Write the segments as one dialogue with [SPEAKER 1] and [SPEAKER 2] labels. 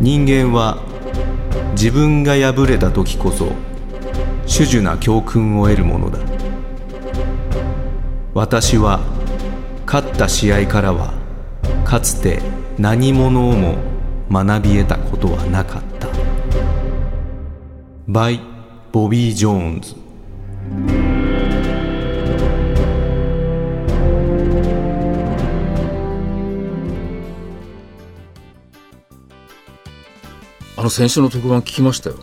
[SPEAKER 1] 人間は自分が敗れた時こそ種々な教訓を得るものだ私は勝った試合からはかつて何者をも学び得たことはなかった by ボビー・ジョーンズ
[SPEAKER 2] あの先週の特番聞きましたよ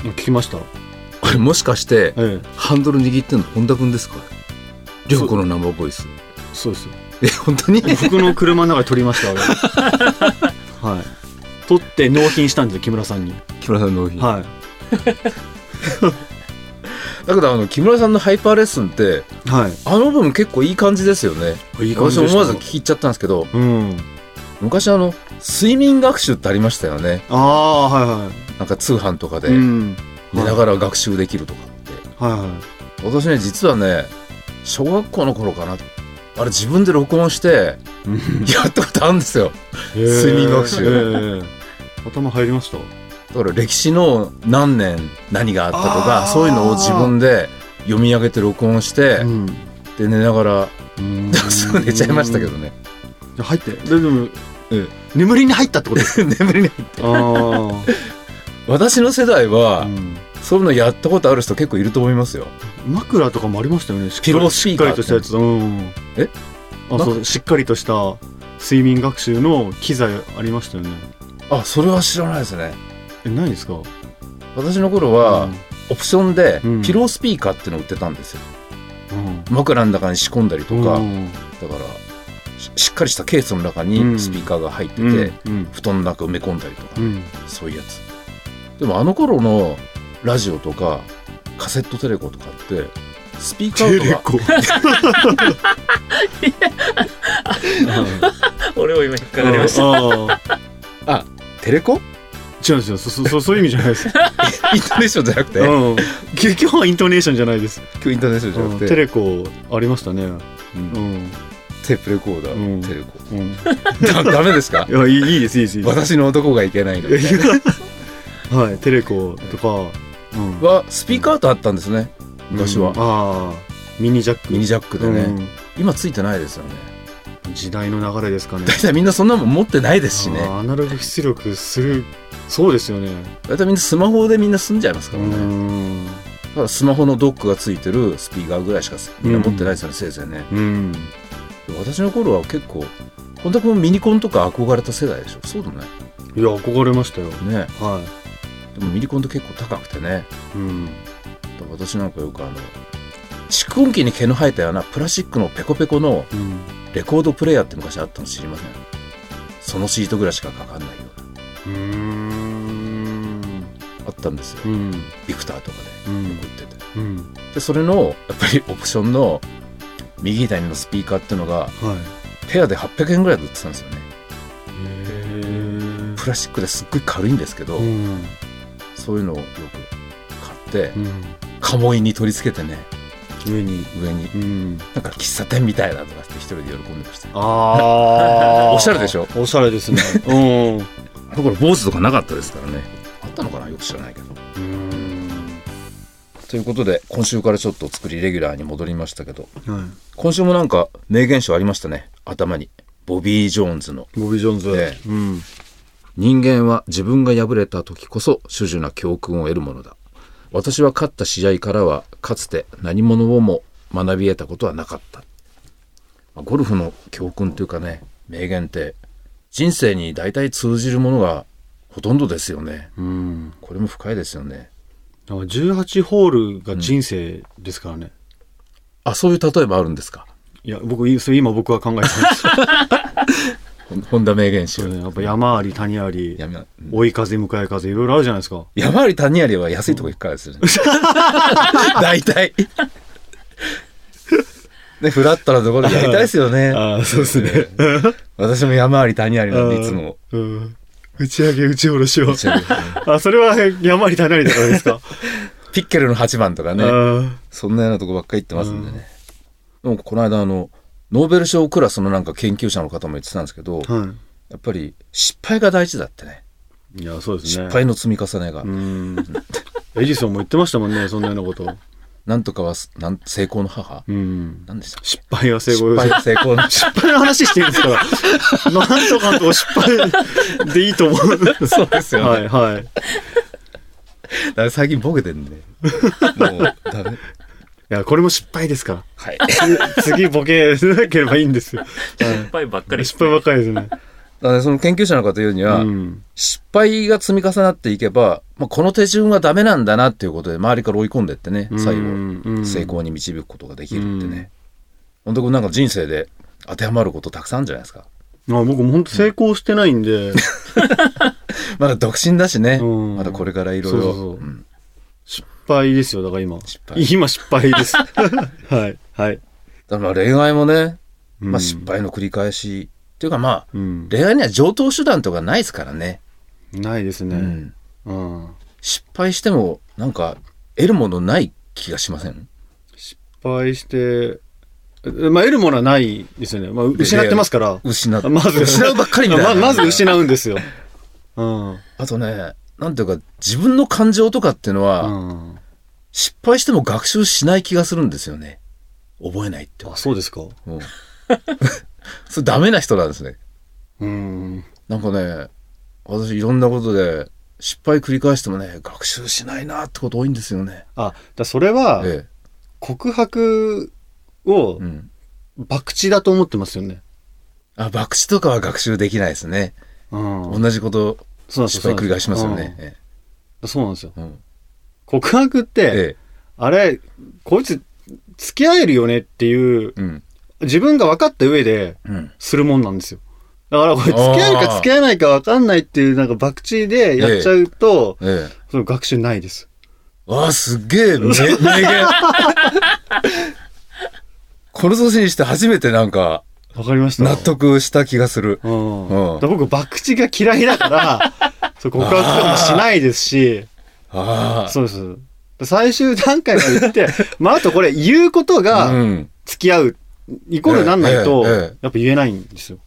[SPEAKER 3] 聞きました
[SPEAKER 2] あれもしかして、
[SPEAKER 3] ええ
[SPEAKER 2] ハンドル握ってんの本田くんですか涼子のナンバーボイス
[SPEAKER 3] そうですよ
[SPEAKER 2] え本当に
[SPEAKER 3] 僕の車の中で撮りました俺 はい撮って納品したんですよ木村さんに
[SPEAKER 2] 木村さんの納品
[SPEAKER 3] はい
[SPEAKER 2] だけどあの木村さんのハイパーレッスンって
[SPEAKER 3] はい
[SPEAKER 2] あの部分結構いい感じですよね
[SPEAKER 3] い
[SPEAKER 2] 私思わず聞き入っちゃったんですけど
[SPEAKER 3] うん
[SPEAKER 2] 昔あの睡眠学習ってありましたよね
[SPEAKER 3] ああはいは
[SPEAKER 2] なんか通販とかで
[SPEAKER 3] いうん
[SPEAKER 2] 寝ながら学習できるとかって、
[SPEAKER 3] はいは
[SPEAKER 2] 私ね実はね小学校の頃かなあれ自分で録音して
[SPEAKER 3] い
[SPEAKER 2] やったことあるんですよ
[SPEAKER 3] へー
[SPEAKER 2] 睡眠学習
[SPEAKER 3] へー頭入りました
[SPEAKER 2] だから歴史の何年何があったと
[SPEAKER 3] あ
[SPEAKER 2] か
[SPEAKER 3] ー
[SPEAKER 2] そういうのを自分で読み上げて録音して、
[SPEAKER 3] ん
[SPEAKER 2] で寝ながら
[SPEAKER 3] うん
[SPEAKER 2] すぐ寝ちゃいましたけどね
[SPEAKER 3] 入ってででも
[SPEAKER 2] え
[SPEAKER 3] 眠りに入ったってことです
[SPEAKER 2] 眠りに
[SPEAKER 3] ああ
[SPEAKER 2] 私の世代は、
[SPEAKER 3] うん
[SPEAKER 2] そういうのやったことある人結構いると思いますよ
[SPEAKER 3] 枕とかもあり ましたよねしっか
[SPEAKER 2] ピロー
[SPEAKER 3] り
[SPEAKER 2] スピ
[SPEAKER 3] し
[SPEAKER 2] ー
[SPEAKER 3] っ
[SPEAKER 2] カー
[SPEAKER 3] かりとしたやつうん
[SPEAKER 2] え
[SPEAKER 3] あそうしっかりとした睡眠学習の機材ありましたよね
[SPEAKER 2] あそれは知らないですね
[SPEAKER 3] えないですか
[SPEAKER 2] 私の頃は、オプションで
[SPEAKER 3] うん
[SPEAKER 2] ピロースピーカーっていうのを売ってたんですよ
[SPEAKER 3] うん
[SPEAKER 2] 枕の中に仕込んだりと
[SPEAKER 3] うん
[SPEAKER 2] か、
[SPEAKER 3] うん
[SPEAKER 2] だからししっかりしたケースの中
[SPEAKER 3] う
[SPEAKER 2] に
[SPEAKER 3] ん
[SPEAKER 2] スピーカーが入ってて、
[SPEAKER 3] うん
[SPEAKER 2] 布団の中埋め込んだりとか、
[SPEAKER 3] うん
[SPEAKER 2] そういうやつでもあの頃のラジオとかカセットテレコとかってスピーカーとか
[SPEAKER 3] コ
[SPEAKER 4] 俺も今引っかかりました
[SPEAKER 3] ああ
[SPEAKER 2] テレコ
[SPEAKER 3] 違うんですよそそそそういう意味じゃない です、
[SPEAKER 2] イントネーションじゃなくて
[SPEAKER 3] う
[SPEAKER 2] 今
[SPEAKER 3] ん、今日はイントネーションじゃないです
[SPEAKER 2] 日イントネーションじゃなくて、
[SPEAKER 3] テレコありましたね
[SPEAKER 2] うん
[SPEAKER 3] うん、
[SPEAKER 2] テープレコーダー、
[SPEAKER 3] うん
[SPEAKER 2] テレコ
[SPEAKER 3] うん、
[SPEAKER 2] だダメですか
[SPEAKER 3] いやいいいいですいいですいいです
[SPEAKER 2] 私の男がいけないの
[SPEAKER 3] はいテレコとか、うん、
[SPEAKER 2] はスピーカーとあったんですね昔は、
[SPEAKER 3] ああミニジャック
[SPEAKER 2] ミニジャックでね、
[SPEAKER 3] うん
[SPEAKER 2] 今ついてないですよね
[SPEAKER 3] 時代の流れですか ね
[SPEAKER 2] 大体みんなそんなもん持ってないですしね
[SPEAKER 3] あーアナログ出力するそうですよね
[SPEAKER 2] 大体みんなスマホでみんな済んじゃいます
[SPEAKER 3] う
[SPEAKER 2] からね、
[SPEAKER 3] ん
[SPEAKER 2] だからスマホのドックがついてるスピーカーぐらいしかみんな持ってないですよね、せいぜいね
[SPEAKER 3] うん
[SPEAKER 2] 私の頃は結構本田君もミニコンとか憧れた世代でしょそうでもない
[SPEAKER 3] いや憧れましたよ
[SPEAKER 2] ね
[SPEAKER 3] は
[SPEAKER 2] でもミニコンって結構高くてね
[SPEAKER 3] い、うん、
[SPEAKER 2] だから私なんかよくあの蓄音機に毛の生えたようなプラスチックのペコペコの
[SPEAKER 3] うん、
[SPEAKER 2] レコードプレイヤーって昔あったの知りませんそのシートぐらいしかかかんないよう
[SPEAKER 3] うーん
[SPEAKER 2] なあったんですよ
[SPEAKER 3] うん
[SPEAKER 2] ビクターとか
[SPEAKER 3] う
[SPEAKER 2] でよ
[SPEAKER 3] ん
[SPEAKER 2] く売ってて
[SPEAKER 3] うん
[SPEAKER 2] でそれのやっぱりオプションの右左のスピーカーっていうのが
[SPEAKER 3] はい
[SPEAKER 2] ペアで800円ぐらいで売ってたんですよね
[SPEAKER 3] へ
[SPEAKER 2] プラスチックですっごい軽いんですけど、
[SPEAKER 3] えうん
[SPEAKER 2] そういうのをよく買って
[SPEAKER 3] うん
[SPEAKER 2] カモイに取り付けてね
[SPEAKER 3] 上に
[SPEAKER 2] 上に
[SPEAKER 3] うん
[SPEAKER 2] なんか喫茶店みたいなとかって一人で喜んでましたよ
[SPEAKER 3] あ ー
[SPEAKER 2] おしゃれでしょ
[SPEAKER 3] おしゃ れですねうんう
[SPEAKER 2] だから坊主とかなかったですからねあったのかなよく知らないけどということで今週からちょっと作りレギュラーに戻りましたけど
[SPEAKER 3] ーんは
[SPEAKER 2] 今週もなんか名言集ありましたね頭にボビー・ジョーンズの
[SPEAKER 3] いボビー・ジョーンズ、
[SPEAKER 2] え
[SPEAKER 3] うん
[SPEAKER 2] 「人間は自分が敗れた時こそ種々な教訓を得るものだ私は勝った試合からはかつて何者をも学び得たことはなかった」まあゴルフの教訓というかね名言って人生に大体通じるものがほとんどですよね
[SPEAKER 3] うん
[SPEAKER 2] これも深いですよね
[SPEAKER 3] だから18ホールが人生ですからね、
[SPEAKER 2] あそういう例えばあるんですか
[SPEAKER 3] いや僕それ今僕は考えてないです
[SPEAKER 2] ほん本田名言集
[SPEAKER 3] よ、ね、やっぱ山あり谷あり
[SPEAKER 2] やめな
[SPEAKER 3] 追い風向かい風いろいろあるじゃないですか
[SPEAKER 2] 山あり谷ありは安いとこ行くからですよね。大体。ね、フラットなところでやりたいですよね。
[SPEAKER 3] あそうですね
[SPEAKER 2] 私も山あり谷ありなんでいつも。
[SPEAKER 3] うん打ち上げ打ち下ろしを
[SPEAKER 2] 打ち上げ
[SPEAKER 3] あそれは山あり谷ありだからですか、
[SPEAKER 2] ピッケルの8番とか
[SPEAKER 3] ね、
[SPEAKER 2] ね、そんなようなとこばっかり行ってますんでね。でもこの間あの、ノーベル賞クラスのなんか研究者の方も言ってたんですけど、
[SPEAKER 3] はい
[SPEAKER 2] やっぱり失敗が大事だってね。
[SPEAKER 3] いやそうです
[SPEAKER 2] 失
[SPEAKER 3] ね
[SPEAKER 2] 敗の積み重ねが、
[SPEAKER 3] うんエジソンも言ってましたもんねそんなようなこと
[SPEAKER 2] なんとかはすなん成功の母、
[SPEAKER 3] うん
[SPEAKER 2] なんでしたっけ
[SPEAKER 3] 失敗は成功
[SPEAKER 2] 失敗は成功の
[SPEAKER 3] 失敗の話してるんで すから。なんとかんとか失敗でいいと思う。
[SPEAKER 2] そうですよね、
[SPEAKER 3] はいはい。
[SPEAKER 2] だ
[SPEAKER 3] い
[SPEAKER 2] から最近ボケて んで、もうダメ
[SPEAKER 3] や、これも失敗ですから。
[SPEAKER 2] はい
[SPEAKER 3] 次ボケなければいいんですよ。
[SPEAKER 4] 失敗ばっかり
[SPEAKER 3] 失敗ばっかりですね。
[SPEAKER 2] だからその研究者の方言うに
[SPEAKER 3] う
[SPEAKER 2] は、
[SPEAKER 3] ん。
[SPEAKER 2] 失敗が積み重なっていけば、まあ、この手順はダメなんだなっていうことで周りから追い込んでってね最後
[SPEAKER 3] 後
[SPEAKER 2] 成。功に導くことができるってね、本当これなんか人生で当てはまることたくさんあるんじゃないですか、
[SPEAKER 3] うんあ僕も本当成功してないんで、
[SPEAKER 2] まだ独身だしね、
[SPEAKER 3] うん
[SPEAKER 2] まだこれからいろい
[SPEAKER 3] そうそう
[SPEAKER 2] ろ
[SPEAKER 3] そう失敗ですよ、だから今。
[SPEAKER 2] 失敗
[SPEAKER 3] 今失 敗です。はい。はい。
[SPEAKER 2] だから恋愛もね、
[SPEAKER 3] うん
[SPEAKER 2] まあ、失。敗の繰り返しっていうかまあ
[SPEAKER 3] うん。
[SPEAKER 2] 恋愛には上等手段とかないですからね、
[SPEAKER 3] ないです
[SPEAKER 2] う
[SPEAKER 3] ね。
[SPEAKER 2] ん
[SPEAKER 3] うん。
[SPEAKER 2] 失敗してもなんか得るものない気がしません
[SPEAKER 3] 失敗して、えまあ、得るものはないですよね。まあ、失ってますから。
[SPEAKER 2] 失っ
[SPEAKER 3] まず
[SPEAKER 2] 失うばっかりみたいな、
[SPEAKER 3] ままず失うんですよ。うん。
[SPEAKER 2] あとね、なんていうか、自分の感情とかっていうのは、
[SPEAKER 3] うん
[SPEAKER 2] 失敗しても学習しない気がするんですよね。覚えないってこ
[SPEAKER 3] あ、そうですか。
[SPEAKER 2] と。うん それダメな人なんですね。
[SPEAKER 3] うん。
[SPEAKER 2] なんかね、私いろんなことで、失敗繰り返してもね、学習しないなってこと多いんですよね。
[SPEAKER 3] あ、だそれは、
[SPEAKER 2] え
[SPEAKER 3] 告白を
[SPEAKER 2] え。うん。
[SPEAKER 3] 博打だと思ってますよね。
[SPEAKER 2] あ、博打とかは学習できないですね。
[SPEAKER 3] うん。
[SPEAKER 2] 同じこと、
[SPEAKER 3] そうなんです
[SPEAKER 2] 失敗繰り返しますよ。
[SPEAKER 3] そうなん
[SPEAKER 2] ね
[SPEAKER 3] で。
[SPEAKER 2] え
[SPEAKER 3] うんそうなんですよ。
[SPEAKER 2] えうん
[SPEAKER 3] 告白って、
[SPEAKER 2] え
[SPEAKER 3] あれ、こいつ、付き合えるよねっていう
[SPEAKER 2] え。、うん。
[SPEAKER 3] 自分が分かった上で、
[SPEAKER 2] うん。
[SPEAKER 3] するもんなんですよ。だから、これ、付き合えるか付き合えないか分かんないっていう、なんか、博打でやっちゃうと、
[SPEAKER 2] ええ。
[SPEAKER 3] その学習ないです。
[SPEAKER 2] わあ、すっげえ、 め名言。この年にして初めてなんか、
[SPEAKER 3] わかりました。
[SPEAKER 2] 納得した気がする。
[SPEAKER 3] うん。
[SPEAKER 2] うん
[SPEAKER 3] だから僕、博打が嫌い だから、そう告白とかもしないですし、
[SPEAKER 2] あ
[SPEAKER 3] そうです。最終段階まで行って、まあ、あとこれ、言うこと
[SPEAKER 2] あ。う
[SPEAKER 3] が、
[SPEAKER 2] ん。
[SPEAKER 3] 付き合う、イコールになんないと、
[SPEAKER 2] ええええ
[SPEAKER 3] やっぱ言えないんですよ。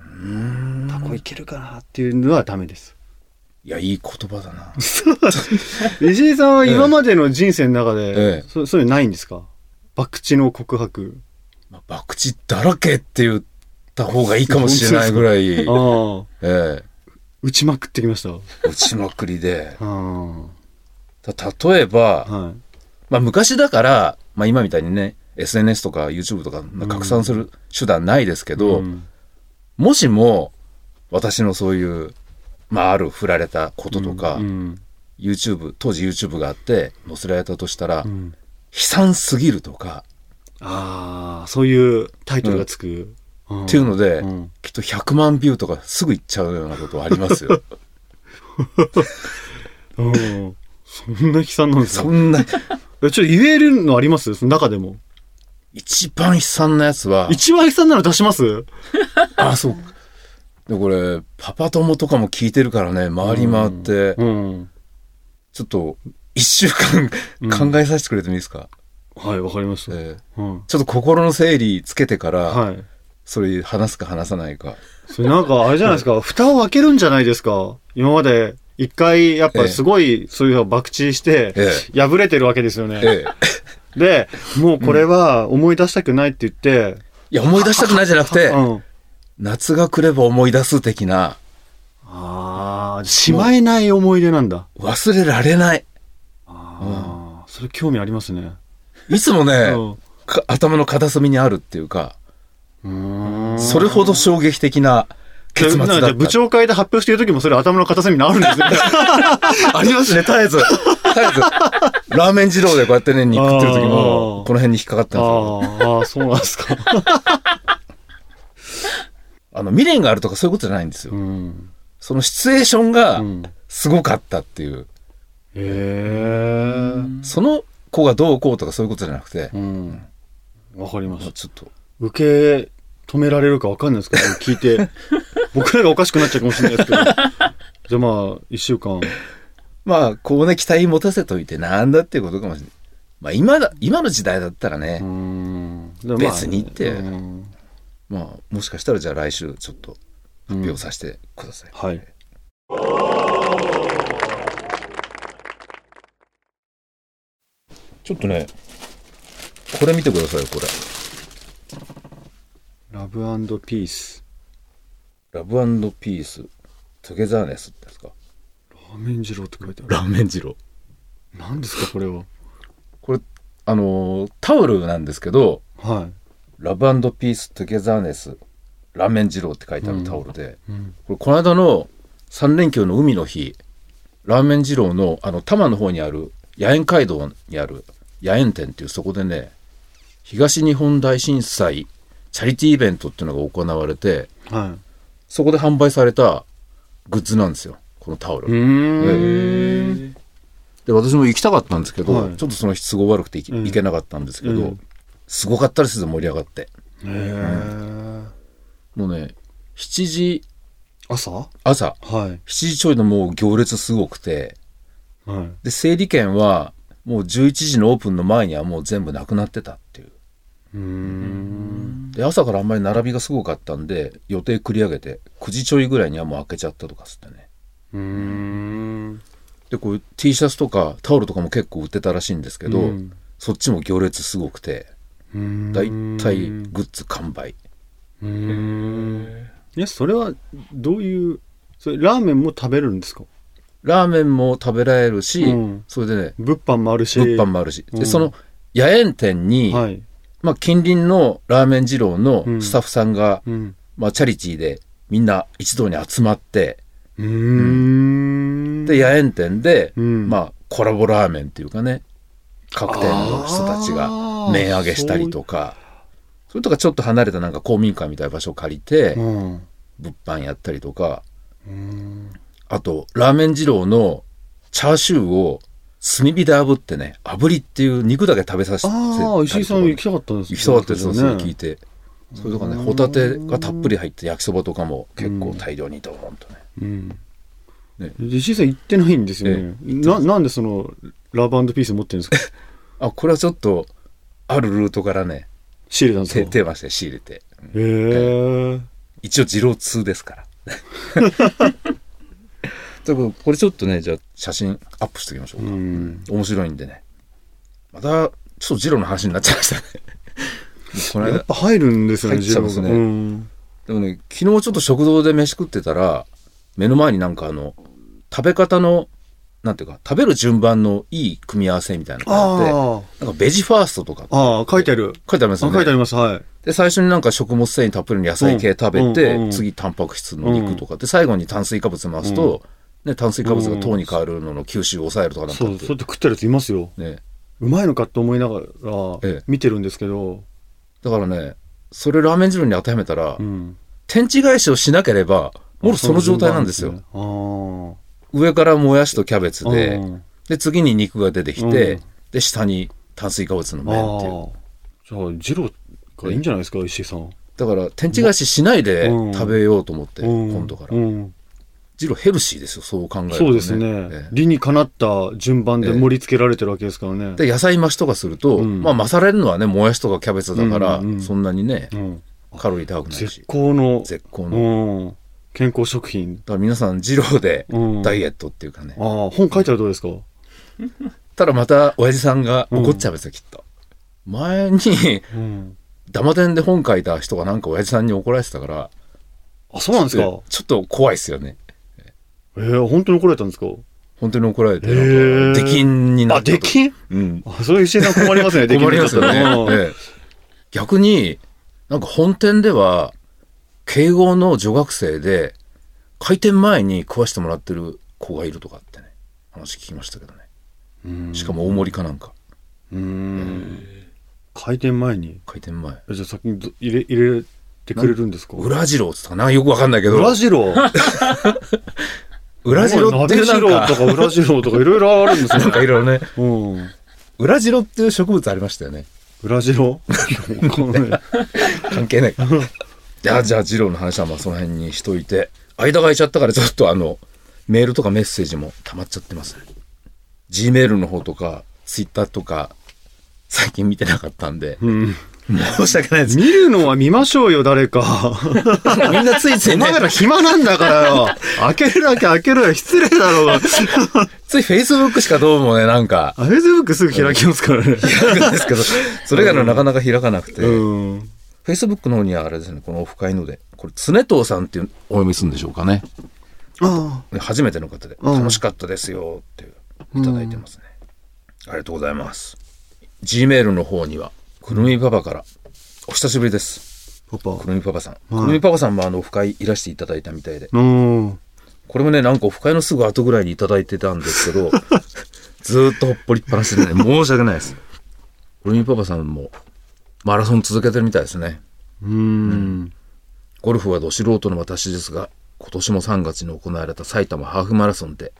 [SPEAKER 3] うん。あ、これいけるかなっていうのはダメです。
[SPEAKER 2] いや、いい言葉だな。
[SPEAKER 3] 石井さんは今までの人生の中で、
[SPEAKER 2] ええ
[SPEAKER 3] そそういうのないんですか博打の告白。
[SPEAKER 2] まあ、博打だらけって言った方がいいかもしれないぐら い、え
[SPEAKER 3] ああ。
[SPEAKER 2] え
[SPEAKER 3] 打ちまくってきました。
[SPEAKER 2] 打ちまくりで。
[SPEAKER 3] あ
[SPEAKER 2] た例えば
[SPEAKER 3] あ。、はい。
[SPEAKER 2] まあ、昔だから、まあ、今みたいにね、SNS とか YouTube とか拡散する手段ないですけど、
[SPEAKER 3] ん
[SPEAKER 2] もしも、私のそういう、まあ、ある振られたこととか、
[SPEAKER 3] うん
[SPEAKER 2] YouTube、当時 YouTube があって、載せられたとしたら、
[SPEAKER 3] うん
[SPEAKER 2] 悲惨すぎるとか、
[SPEAKER 3] ああ、そういうタイトルがつく。っ
[SPEAKER 2] っていうので、
[SPEAKER 3] うん
[SPEAKER 2] きっと100万ビューとかすぐいっちゃうようなことあります よ。
[SPEAKER 3] うんそんな悲惨なんです
[SPEAKER 2] そ
[SPEAKER 3] か
[SPEAKER 2] んな、
[SPEAKER 3] えちょっと言えるのありますその中でも。
[SPEAKER 2] 一番悲惨なやつは、
[SPEAKER 3] 一番悲惨なの出します
[SPEAKER 2] あ、そう。で、これ、パパ友とかも聞いてるからね、回り回って、
[SPEAKER 3] うん。
[SPEAKER 2] ちょっと、一週間考えさせてくれてもいいですか、
[SPEAKER 3] はい、わかりました。
[SPEAKER 2] えー
[SPEAKER 3] うん。
[SPEAKER 2] ちょっと心の整理つけてから、
[SPEAKER 3] はい。
[SPEAKER 2] それ話すか話さないか。
[SPEAKER 3] それなんか、あれじゃないです か、蓋を開けるんじゃないですか。今まで、一回、やっぱすごい、そういう爆打して、
[SPEAKER 2] え
[SPEAKER 3] 破れてるわけですよ
[SPEAKER 2] え
[SPEAKER 3] ね。
[SPEAKER 2] ええ
[SPEAKER 3] で、もうこれは思い出したくないって言って、
[SPEAKER 2] いや、思い出したくないじゃなくて、
[SPEAKER 3] うん。
[SPEAKER 2] 夏が来れば思い出す的な、
[SPEAKER 3] ああ、しまえない思い出なんだ。
[SPEAKER 2] 忘れられない。
[SPEAKER 3] ああ、それ興味ありますね。
[SPEAKER 2] いつもね、
[SPEAKER 3] うん
[SPEAKER 2] か頭の片隅にあるっていうか、
[SPEAKER 3] うーん
[SPEAKER 2] それほど衝撃的な結末だっ
[SPEAKER 3] じゃあ
[SPEAKER 2] た。
[SPEAKER 3] 部長会で発表している時もそれ頭の片隅にあるんで すね。
[SPEAKER 2] ありますね、絶えず。絶えず。ラーメン二郎でこうやってね、肉食ってる時も
[SPEAKER 3] あー、
[SPEAKER 2] この辺に引っかかってたんですよ。
[SPEAKER 3] ああ、そうなんですか。
[SPEAKER 2] あの、未練があるとかそういうことじゃないんですよ。
[SPEAKER 3] うん。
[SPEAKER 2] そのシチュエーションが
[SPEAKER 3] うん
[SPEAKER 2] すごかったっていう。
[SPEAKER 3] へえ。
[SPEAKER 2] その子がどうこうとかそういうことじゃなくて
[SPEAKER 3] う、ん。わかりま
[SPEAKER 2] まあ
[SPEAKER 3] し
[SPEAKER 2] ちょっと、
[SPEAKER 3] た。受け止められるかわかんないですけ ど、聞いて。僕らがおかしくなっちゃうかもしれないですけど。 じゃあまあ、一週間。
[SPEAKER 2] まあ、こうね、期待持たせといてなんだっていうことかもしれない。まあ、今だ、今の時代だったらね
[SPEAKER 3] う、ん。で
[SPEAKER 2] 別にって
[SPEAKER 3] うん
[SPEAKER 2] まあ、もしかしたらじゃあ来週ちょっと発表させてください。
[SPEAKER 3] はい。
[SPEAKER 2] ちょっとね、これ見てくださいよ、これ。
[SPEAKER 3] ラブピース。
[SPEAKER 2] ラブピース、トゲザーネスってやつか。
[SPEAKER 3] ラーメン二郎って書いてある。
[SPEAKER 2] ラーメン二郎。
[SPEAKER 3] 何ですか、これは。
[SPEAKER 2] これ、あのータオルなんですけど、
[SPEAKER 3] は
[SPEAKER 2] ラブピース、トゲザーネス、ラーメン二郎って書いてあるタオルで、
[SPEAKER 3] い。うん。
[SPEAKER 2] これこの間の3連休の海の日ラーメン二郎のあの多摩の方にある野苑街道にある野苑店っていうそこでね東日本大震災チャリティーイベントっていうのが行われて
[SPEAKER 3] は
[SPEAKER 2] そこで販売されたグッズなんですよこのタオ
[SPEAKER 3] い。
[SPEAKER 2] ル、
[SPEAKER 3] ん。
[SPEAKER 2] で私も行きたかったんですけど、
[SPEAKER 3] はい
[SPEAKER 2] ちょっとその都合悪くて行き
[SPEAKER 3] うん
[SPEAKER 2] 行けなかったんですけど、
[SPEAKER 3] うん
[SPEAKER 2] すごかったですよ盛り上がって
[SPEAKER 3] へえ。
[SPEAKER 2] もうね7時
[SPEAKER 3] 朝は
[SPEAKER 2] 朝
[SPEAKER 3] い。
[SPEAKER 2] 7時ちょいのもう行列すごくて
[SPEAKER 3] はい。
[SPEAKER 2] で整理券はもう11時のオープンの前にはもう全部なくなってたっていう
[SPEAKER 3] うーん。
[SPEAKER 2] で朝からあんまり並びがすごかったんで予定繰り上げて9時ちょいぐらいにはもう開けちゃったとかっつってね
[SPEAKER 3] うーん。
[SPEAKER 2] でこういう T シャツとかタオルとかも結構売ってたらしいんですけど、
[SPEAKER 3] うん
[SPEAKER 2] そっちも行列すごくて
[SPEAKER 3] うーん
[SPEAKER 2] だいたい
[SPEAKER 3] うん
[SPEAKER 2] グッズ完売
[SPEAKER 3] うーん。いや、それは、どういう、それ、ラーメンも食べるんですか
[SPEAKER 2] ラーメンも食べられるし、
[SPEAKER 3] うん
[SPEAKER 2] それでね
[SPEAKER 3] 物販もあるし。
[SPEAKER 2] 物販もあるし、
[SPEAKER 3] うん
[SPEAKER 2] でその野苑店に、
[SPEAKER 3] はい。
[SPEAKER 2] まあ、近隣のラーメン二郎のスタッフさんが、
[SPEAKER 3] うん。
[SPEAKER 2] まあ、チャリティーでみんな一堂に集まって
[SPEAKER 3] うーん。
[SPEAKER 2] で、野苑店で、
[SPEAKER 3] うん
[SPEAKER 2] まあ、コラボラーメンっていうかね、各店の人たちが
[SPEAKER 3] あー
[SPEAKER 2] 麺上げしたりとか、それとかちょっと離れたなんか公民館みたいな場所を借りて
[SPEAKER 3] う、ん。
[SPEAKER 2] 物販やったりとか、
[SPEAKER 3] うん。
[SPEAKER 2] あと、ラーメン二郎のチャーシューを炭火で炙ってね、炙りっていう肉だけ食べさせて、
[SPEAKER 3] ああ、石井さん行きたかったんです
[SPEAKER 2] 行きそうだったですよ、それ聞い
[SPEAKER 3] ね。
[SPEAKER 2] て。それとかね、ホタテがたっぷり入って焼きそばとかも結構大量にドーンとね。
[SPEAKER 3] うん。
[SPEAKER 2] ね
[SPEAKER 3] 石井さん行ってないんですよね。な、なんでその、ラブピース持ってるんですか
[SPEAKER 2] あ、これはちょっと、あるルートからね、
[SPEAKER 3] 仕入れたんです
[SPEAKER 2] 手、
[SPEAKER 3] かへ
[SPEAKER 2] 手まして仕入れて。うん
[SPEAKER 3] え。
[SPEAKER 2] 一応二郎通ですから。ということでこれちょっとね、じゃあ写真アップしておきましょう
[SPEAKER 3] う
[SPEAKER 2] か。
[SPEAKER 3] ん。
[SPEAKER 2] 面白いんでね。また、ちょっと二郎の話になっちゃいましたね。もうこの
[SPEAKER 3] やっ
[SPEAKER 2] 間、
[SPEAKER 3] ぱ入るんですよね、
[SPEAKER 2] 入っちゃいますね
[SPEAKER 3] 二郎がうん。
[SPEAKER 2] でもね、昨日ちょっと食堂で飯食ってたら、目の前になんかあの、食べ方の、なんていうか、食べる順番のいい組み合わせみたいなのがあっ
[SPEAKER 3] あ
[SPEAKER 2] て、なんかベジファーストとか
[SPEAKER 3] あ。ああ、書いてある。
[SPEAKER 2] 書いてあります
[SPEAKER 3] あ
[SPEAKER 2] よ
[SPEAKER 3] 書いて
[SPEAKER 2] ね。
[SPEAKER 3] あります、はい。
[SPEAKER 2] で、最初になんか食物繊維たっぷりの野菜系食べ
[SPEAKER 3] うんうんう
[SPEAKER 2] て、
[SPEAKER 3] ん
[SPEAKER 2] 次タンパク質の肉とか、で、最後に炭水化物回すと、ね、炭水化物が糖に変わるのの吸収を抑えるとかなんか
[SPEAKER 3] そ
[SPEAKER 2] っ、
[SPEAKER 3] う、そうやってて食ってるやついますよ。
[SPEAKER 2] ね。
[SPEAKER 3] うまいのかと思いなが
[SPEAKER 2] ええ
[SPEAKER 3] ら見てるんですけど、
[SPEAKER 2] だからね、それラーメン汁に当てはめたら
[SPEAKER 3] う、ん。
[SPEAKER 2] 天地返しをしなければ、もうその状態なんですよ。
[SPEAKER 3] ああ。
[SPEAKER 2] 上からもやしとキャベツで、
[SPEAKER 3] うん
[SPEAKER 2] で、次に肉が出てき
[SPEAKER 3] う
[SPEAKER 2] て
[SPEAKER 3] ん、
[SPEAKER 2] で、下に炭水化物の
[SPEAKER 3] ああ
[SPEAKER 2] 麺っていう。
[SPEAKER 3] じゃあ二郎がいいんじゃないですか石井さん
[SPEAKER 2] だから、天地返ししないで
[SPEAKER 3] うん
[SPEAKER 2] 食べようと思って、
[SPEAKER 3] うん
[SPEAKER 2] 今度から
[SPEAKER 3] う。ん
[SPEAKER 2] ジローヘルシーですよ、そう考えると。
[SPEAKER 3] そうですね、
[SPEAKER 2] ええ
[SPEAKER 3] 理にかなった順番で盛り付けられてるわけですからね、
[SPEAKER 2] で、野菜増しとかすると、
[SPEAKER 3] うん
[SPEAKER 2] まあ、増されるのはね、もやしとかキャベツだから、
[SPEAKER 3] うんうんうん
[SPEAKER 2] そんなにね
[SPEAKER 3] う、ん、
[SPEAKER 2] カロリー高くない
[SPEAKER 3] 絶
[SPEAKER 2] し、
[SPEAKER 3] 好の
[SPEAKER 2] 絶好の。だ
[SPEAKER 3] うん、健康食品、
[SPEAKER 2] から皆さん、ジローで
[SPEAKER 3] うん、
[SPEAKER 2] ダイエ
[SPEAKER 3] あ
[SPEAKER 2] ットっていうかね。
[SPEAKER 3] あ本書いたらどうですか
[SPEAKER 2] たらまた、親父さんが怒っちゃいますよ、きっと。前に、
[SPEAKER 3] うん
[SPEAKER 2] ダマ店で本書いた人がなんか親父さんに怒られてたから、
[SPEAKER 3] あそうなんですか
[SPEAKER 2] でちょっと怖いですよね。
[SPEAKER 3] ええ本当に怒られたんですか
[SPEAKER 2] 本当に怒られて、
[SPEAKER 3] へ
[SPEAKER 2] な
[SPEAKER 3] ー
[SPEAKER 2] んか、出禁にな
[SPEAKER 3] あ
[SPEAKER 2] った
[SPEAKER 3] で
[SPEAKER 2] と。
[SPEAKER 3] きん
[SPEAKER 2] うん。
[SPEAKER 3] あそういう石井さん困り ますねできん
[SPEAKER 2] 困りますよね。
[SPEAKER 3] うん
[SPEAKER 2] ええ逆に、なんか本店では、敬語の女学生で、開店前に食わしてもらってる子がいるとかってね、話聞きましたけどね。
[SPEAKER 3] うん
[SPEAKER 2] しかも大盛りかなんか、
[SPEAKER 3] うん開店前に
[SPEAKER 2] 開店前。
[SPEAKER 3] えじゃあ先にど入れ入れてくれるんですか
[SPEAKER 2] 裏次郎っつったかなよくわかんないけど、
[SPEAKER 3] 裏次郎
[SPEAKER 2] 裏次郎っていうなんか、
[SPEAKER 3] 鍋次郎とか裏次郎とかいろいろあるんですよ。
[SPEAKER 2] なんかいろいろね、
[SPEAKER 3] うん。
[SPEAKER 2] 裏次郎っていう植物ありましたよね。
[SPEAKER 3] 裏次 郎ごめん
[SPEAKER 2] 関係ないか。 じゃあ、じゃあ、二郎の話はまあその辺にしといて、間が空いちゃったからちょっとあの、メールとかメッセージも溜まっちゃってますね。Gmail の方とか、Twitter とか、最近見てなかったんで、
[SPEAKER 3] うん。
[SPEAKER 2] 申し訳ないです。
[SPEAKER 3] 見るのは見ましょうよ、誰か。
[SPEAKER 2] みんなついつ
[SPEAKER 3] お
[SPEAKER 2] いね
[SPEAKER 3] 前、ら暇なんだからよ。 開けるだけ開けるよ。失礼だ ろうが。
[SPEAKER 2] つい Facebook しかどうもね、なんか、
[SPEAKER 3] フェイスブックすぐ開きますからね。
[SPEAKER 2] 開くんですけど、それがねなかなか開かなくて、
[SPEAKER 3] うん。
[SPEAKER 2] Facebook の方にはあれですね、このオフ会ので、これ、常藤さんっていう、
[SPEAKER 5] お読みするんでしょうかね。
[SPEAKER 3] あ
[SPEAKER 2] ね初めての方で、
[SPEAKER 3] うん
[SPEAKER 2] 楽しかったですよっていただいてますね。ありがとうございます。Gmail の方には、くるみパパから、お久しぶりです。
[SPEAKER 3] あ、パ
[SPEAKER 2] く
[SPEAKER 3] パ。
[SPEAKER 2] るみパパさん。くるみパパさんもあの、オフ会いらしていただいたみたいで、
[SPEAKER 3] うん。
[SPEAKER 2] これもね、なんかオフ会のすぐ後ぐらいにいただいてたんですけ ど、ずーっとほっぽりっぱなしでね、申し訳ないです。ルミパパさんもマラソン続けてるみたいですね。
[SPEAKER 3] うん。
[SPEAKER 2] ゴルフはど素人の私ですが、今年も3月に行われた埼玉ハーフマラソンで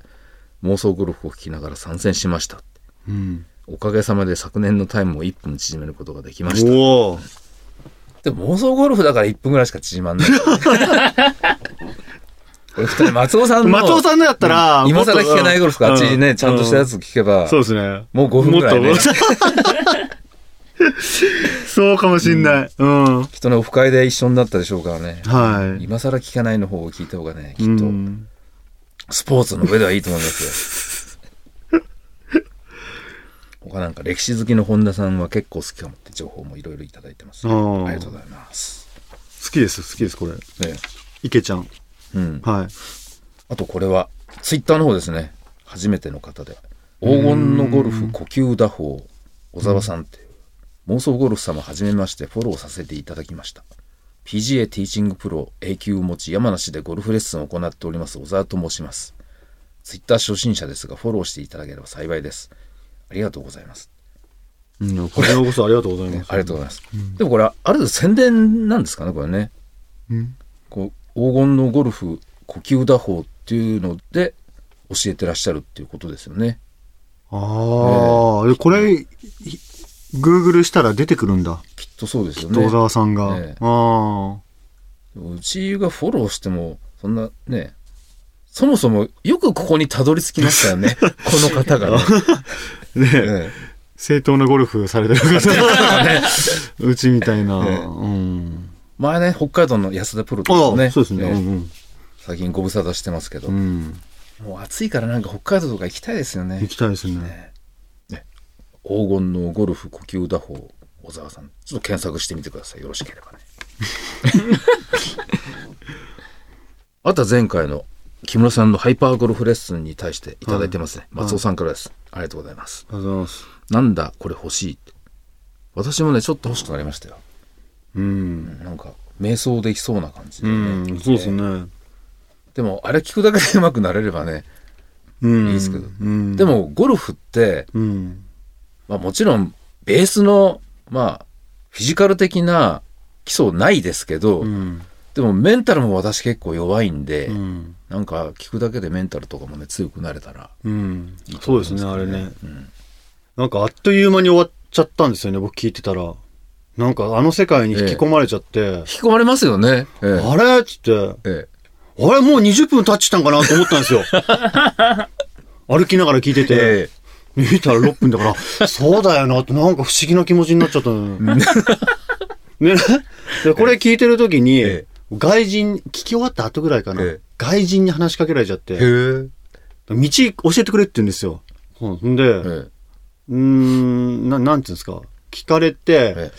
[SPEAKER 2] 妄想ゴルフを聞きながら参戦しました。
[SPEAKER 3] うん。
[SPEAKER 2] おかげさまで昨年のタイムを1分縮めることができました。
[SPEAKER 3] おお。
[SPEAKER 2] でも妄想ゴルフだから1分ぐらいしか縮まん ない。これ二人松尾さんの。
[SPEAKER 3] 松尾さんのやったら、
[SPEAKER 2] 今更聞けないゴルフか、あっちにね、ちゃんとしたや
[SPEAKER 3] つ。
[SPEAKER 2] つ聞けば。
[SPEAKER 3] そうですね。
[SPEAKER 2] もう5分ぐらいね
[SPEAKER 3] もっ。と そうかもしんない。うん。
[SPEAKER 2] きっとね、オフ会で一緒になったでしょうからね。
[SPEAKER 3] はい。
[SPEAKER 2] 今更聞かないの方を聞いた方がね、き
[SPEAKER 3] う
[SPEAKER 2] っと、
[SPEAKER 3] ん
[SPEAKER 2] スポーツの上ではいいと思います よ。他なんか歴史好きの本田さんは結構好きかもって情報もいろいろいただいてます、
[SPEAKER 3] あー
[SPEAKER 2] ありがとうございます。
[SPEAKER 3] 好きです、好きです、これ。
[SPEAKER 2] ね、
[SPEAKER 3] 池ちゃん。
[SPEAKER 2] うん。
[SPEAKER 3] はい。
[SPEAKER 2] あとこれは、ツイッターの方ですね。初めての方で。黄金のゴルフ呼吸打法、小沢さんっていう。妄想ゴルフ様はじめましてフォローさせていただきました。PGA ティーチングプロ A 級を持ち山梨でゴルフレッスンを行っております小沢と申します。ツイッター初心者ですがフォローしていただければ幸いです。ありがとうございます。
[SPEAKER 3] うん、こちらこそありがとうござい
[SPEAKER 2] ね
[SPEAKER 3] ま、
[SPEAKER 2] あ
[SPEAKER 3] す。
[SPEAKER 2] りがとうございます。でもこれ、ある程度宣伝なんですかね、これね。
[SPEAKER 3] うん
[SPEAKER 2] こう黄金のゴルフ呼吸打法っていうので教えてらっしゃるっていうことですよね。
[SPEAKER 3] ああ、でこれ、グーグルしたら出てくるんだ。
[SPEAKER 2] きっとそうですよね
[SPEAKER 3] 小。沢さんが。
[SPEAKER 2] ね
[SPEAKER 3] ああ。
[SPEAKER 2] うちがフォローしても、そんなね、そもそもよくここにたどり着きましたよ ね。この方がね。
[SPEAKER 3] ね
[SPEAKER 2] え
[SPEAKER 3] 正当なゴルフさ れてる方
[SPEAKER 2] えね
[SPEAKER 3] うちみたいな。
[SPEAKER 2] ね
[SPEAKER 3] うん。
[SPEAKER 2] 前ね、北海道の安田プロと
[SPEAKER 3] あ
[SPEAKER 2] か
[SPEAKER 3] あ、
[SPEAKER 2] ね、
[SPEAKER 3] そうですね。
[SPEAKER 2] ええ
[SPEAKER 3] うん
[SPEAKER 2] 最近ご無沙汰してますけど、
[SPEAKER 3] うん。うん。
[SPEAKER 2] もう暑いからなんか北海道とか行きたいですよね
[SPEAKER 3] 行。きたいですね。
[SPEAKER 2] 黄金のゴルフ呼吸打法小沢さんちょっと検索してみてくださいよろしければね あとは前回の木村さんのハイパーゴルフレッスンに対していただいてますね、松尾さんからです、ありがとうございます
[SPEAKER 3] ありがとうございます。
[SPEAKER 2] なんだこれ欲しいって私もねちょっと欲しくなりましたよ
[SPEAKER 3] うん。
[SPEAKER 2] なんか瞑想できそうな感じで
[SPEAKER 3] う
[SPEAKER 2] ね、
[SPEAKER 3] ん、そうですね。
[SPEAKER 2] でもあれ聞くだけで上手くなれればね
[SPEAKER 3] うん。
[SPEAKER 2] いいですけど
[SPEAKER 3] うん。
[SPEAKER 2] で、もゴルフって、
[SPEAKER 3] うん。
[SPEAKER 2] まあ、もちろんベースのまあフィジカル的な基礎ないですけど、
[SPEAKER 3] うん。
[SPEAKER 2] でもメンタルも私結構弱いんで、
[SPEAKER 3] うん。
[SPEAKER 2] なんか聞くだけでメンタルとかもね強くなれたら、
[SPEAKER 3] うん。そうですね、あれね。
[SPEAKER 2] うん、
[SPEAKER 3] なんかあっという間に終わっちゃったんですよね、僕聞いてたら。なんかあの世界に引き込まれちゃって、
[SPEAKER 2] 引き込まれますよね。ええ
[SPEAKER 3] あれっつって、あ
[SPEAKER 2] え
[SPEAKER 3] れもう20分経っちゃったんかなと思ったん ですよ。歩きながら聞いて
[SPEAKER 2] え
[SPEAKER 3] て、
[SPEAKER 2] え
[SPEAKER 3] 見たら6分 だから、そうだよなってなんか不思議な気持ちになっちゃったのよね。でこれ聞いてる時に、
[SPEAKER 2] え
[SPEAKER 3] 外人、聞き終わった後ぐらいかな、
[SPEAKER 2] ええ
[SPEAKER 3] 外人に話しかけられちゃって、
[SPEAKER 2] え
[SPEAKER 3] 道教えてくれって言うんですよ。うんで、
[SPEAKER 2] ええ
[SPEAKER 3] うーん、ななんていうんですか。聞かれて、
[SPEAKER 2] え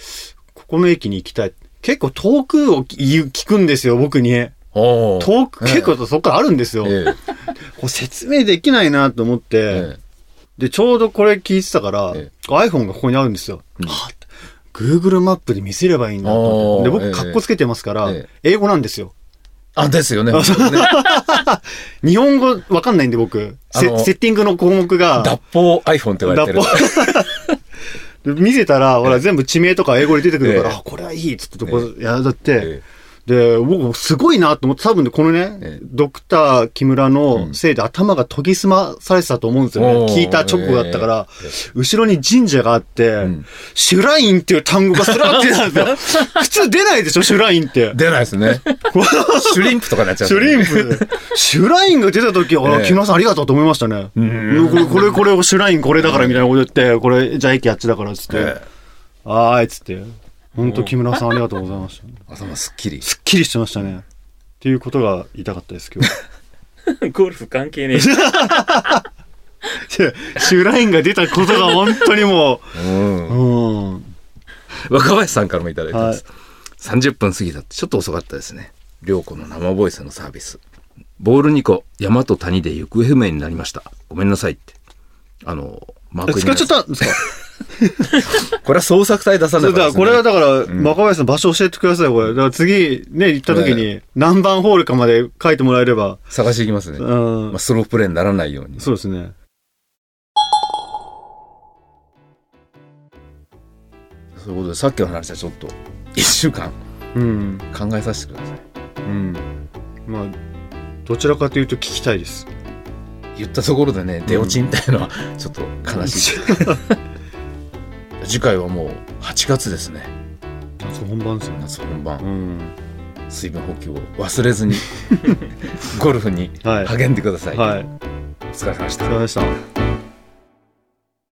[SPEAKER 3] ここの駅に行きたい。結構遠くを言う聞くんですよ、僕に。
[SPEAKER 2] おー
[SPEAKER 3] 遠く、
[SPEAKER 2] ええ
[SPEAKER 3] 結構そこからあるんですよ。
[SPEAKER 2] ええ
[SPEAKER 3] これ説明できないなと思っ
[SPEAKER 2] え
[SPEAKER 3] て、で、ちょうどこれ聞いてたから、
[SPEAKER 2] え
[SPEAKER 3] iPhone がここにあるんですよ。
[SPEAKER 2] うん
[SPEAKER 3] はぁ Google マップで見せればいいんだと思って。で、
[SPEAKER 2] おーえ
[SPEAKER 3] 僕、
[SPEAKER 2] え
[SPEAKER 3] かっこつけてますから、
[SPEAKER 2] え
[SPEAKER 3] 英語なんですよ。
[SPEAKER 2] あですよね。本当にね
[SPEAKER 3] 日本語わかんないんで、僕。せ
[SPEAKER 2] あの
[SPEAKER 3] セッティングの項目が。
[SPEAKER 2] 脱法 iPhone って言われてる。
[SPEAKER 3] で見せたら、ほら、全部地名とか英語で出てくるから、
[SPEAKER 2] ええ
[SPEAKER 3] あ、これはいいっつってとこ、やだって
[SPEAKER 2] え、
[SPEAKER 3] で、僕、すごいなと思って、多分ねこのね、
[SPEAKER 2] ええ
[SPEAKER 3] ドクター木村
[SPEAKER 2] う
[SPEAKER 3] の
[SPEAKER 2] ん
[SPEAKER 3] せいで頭が研ぎ澄まされてたと思うんですよね。
[SPEAKER 2] おー
[SPEAKER 3] 聞いた直後だったから、後ろに神社があって、
[SPEAKER 2] ん
[SPEAKER 3] シュラインっていう単語がスラーって出たんで すよ。普通出ないでしょ、シュラインって
[SPEAKER 2] え。出ないです ね。シュリンプとかになっちゃう、
[SPEAKER 3] シュリンプ。シュラインが出た時、あ、
[SPEAKER 2] ええ
[SPEAKER 3] 木村さんありがとうと思いましたね。
[SPEAKER 2] ん
[SPEAKER 3] これ、これ、これ、シュラインこれだからみたいなこと言って、これ、じゃあ駅あっちだからっつって、
[SPEAKER 2] え
[SPEAKER 3] あーいっつって。本当木村さんありがとうございました。
[SPEAKER 2] 頭すっきり
[SPEAKER 3] すっきりしてましたね。っていうことが言いたかったです、今日。
[SPEAKER 6] ゴルフ関係ねえ。
[SPEAKER 3] いやシュラインが出たことが本当にも
[SPEAKER 2] うん
[SPEAKER 3] う、うん。
[SPEAKER 2] 若林さんからもいただいてま
[SPEAKER 3] はい
[SPEAKER 2] す、。30分過ぎたってちょっと遅かったですね涼子の生ボイスのサービスボール2個山と谷で行方不明になりましたごめんなさいってあのマークに
[SPEAKER 3] 使っちゃったんですか
[SPEAKER 2] これは捜索隊出さな
[SPEAKER 3] そ
[SPEAKER 2] いうとで
[SPEAKER 3] だ
[SPEAKER 2] す
[SPEAKER 3] から
[SPEAKER 2] ね
[SPEAKER 3] これはだから、若林さん場所教えてください、これ。だから次、ね、行った時に、何番ホールかまで書いてもらえれば。
[SPEAKER 2] 探していきますね、
[SPEAKER 3] う
[SPEAKER 2] ま
[SPEAKER 3] ん
[SPEAKER 2] あ、。スロープレーにならないように
[SPEAKER 3] そうですね。
[SPEAKER 2] そういうことでさっきの話はちょっと1週間
[SPEAKER 3] うん。
[SPEAKER 2] 考えさせてください
[SPEAKER 3] うん。まあ、どちらかというと聞きたいです。
[SPEAKER 2] 言ったところでね出落ちみたいのはちょっと悲しい、 次回はもう8月ですね
[SPEAKER 3] 夏本番ですよね。
[SPEAKER 2] 夏本番、
[SPEAKER 3] うん。
[SPEAKER 2] 水分補給を忘 れずにゴルフに
[SPEAKER 3] はい。
[SPEAKER 2] 励んでください、
[SPEAKER 3] はい。
[SPEAKER 2] お疲れ様でし
[SPEAKER 3] お
[SPEAKER 2] た
[SPEAKER 3] 疲れ様でした。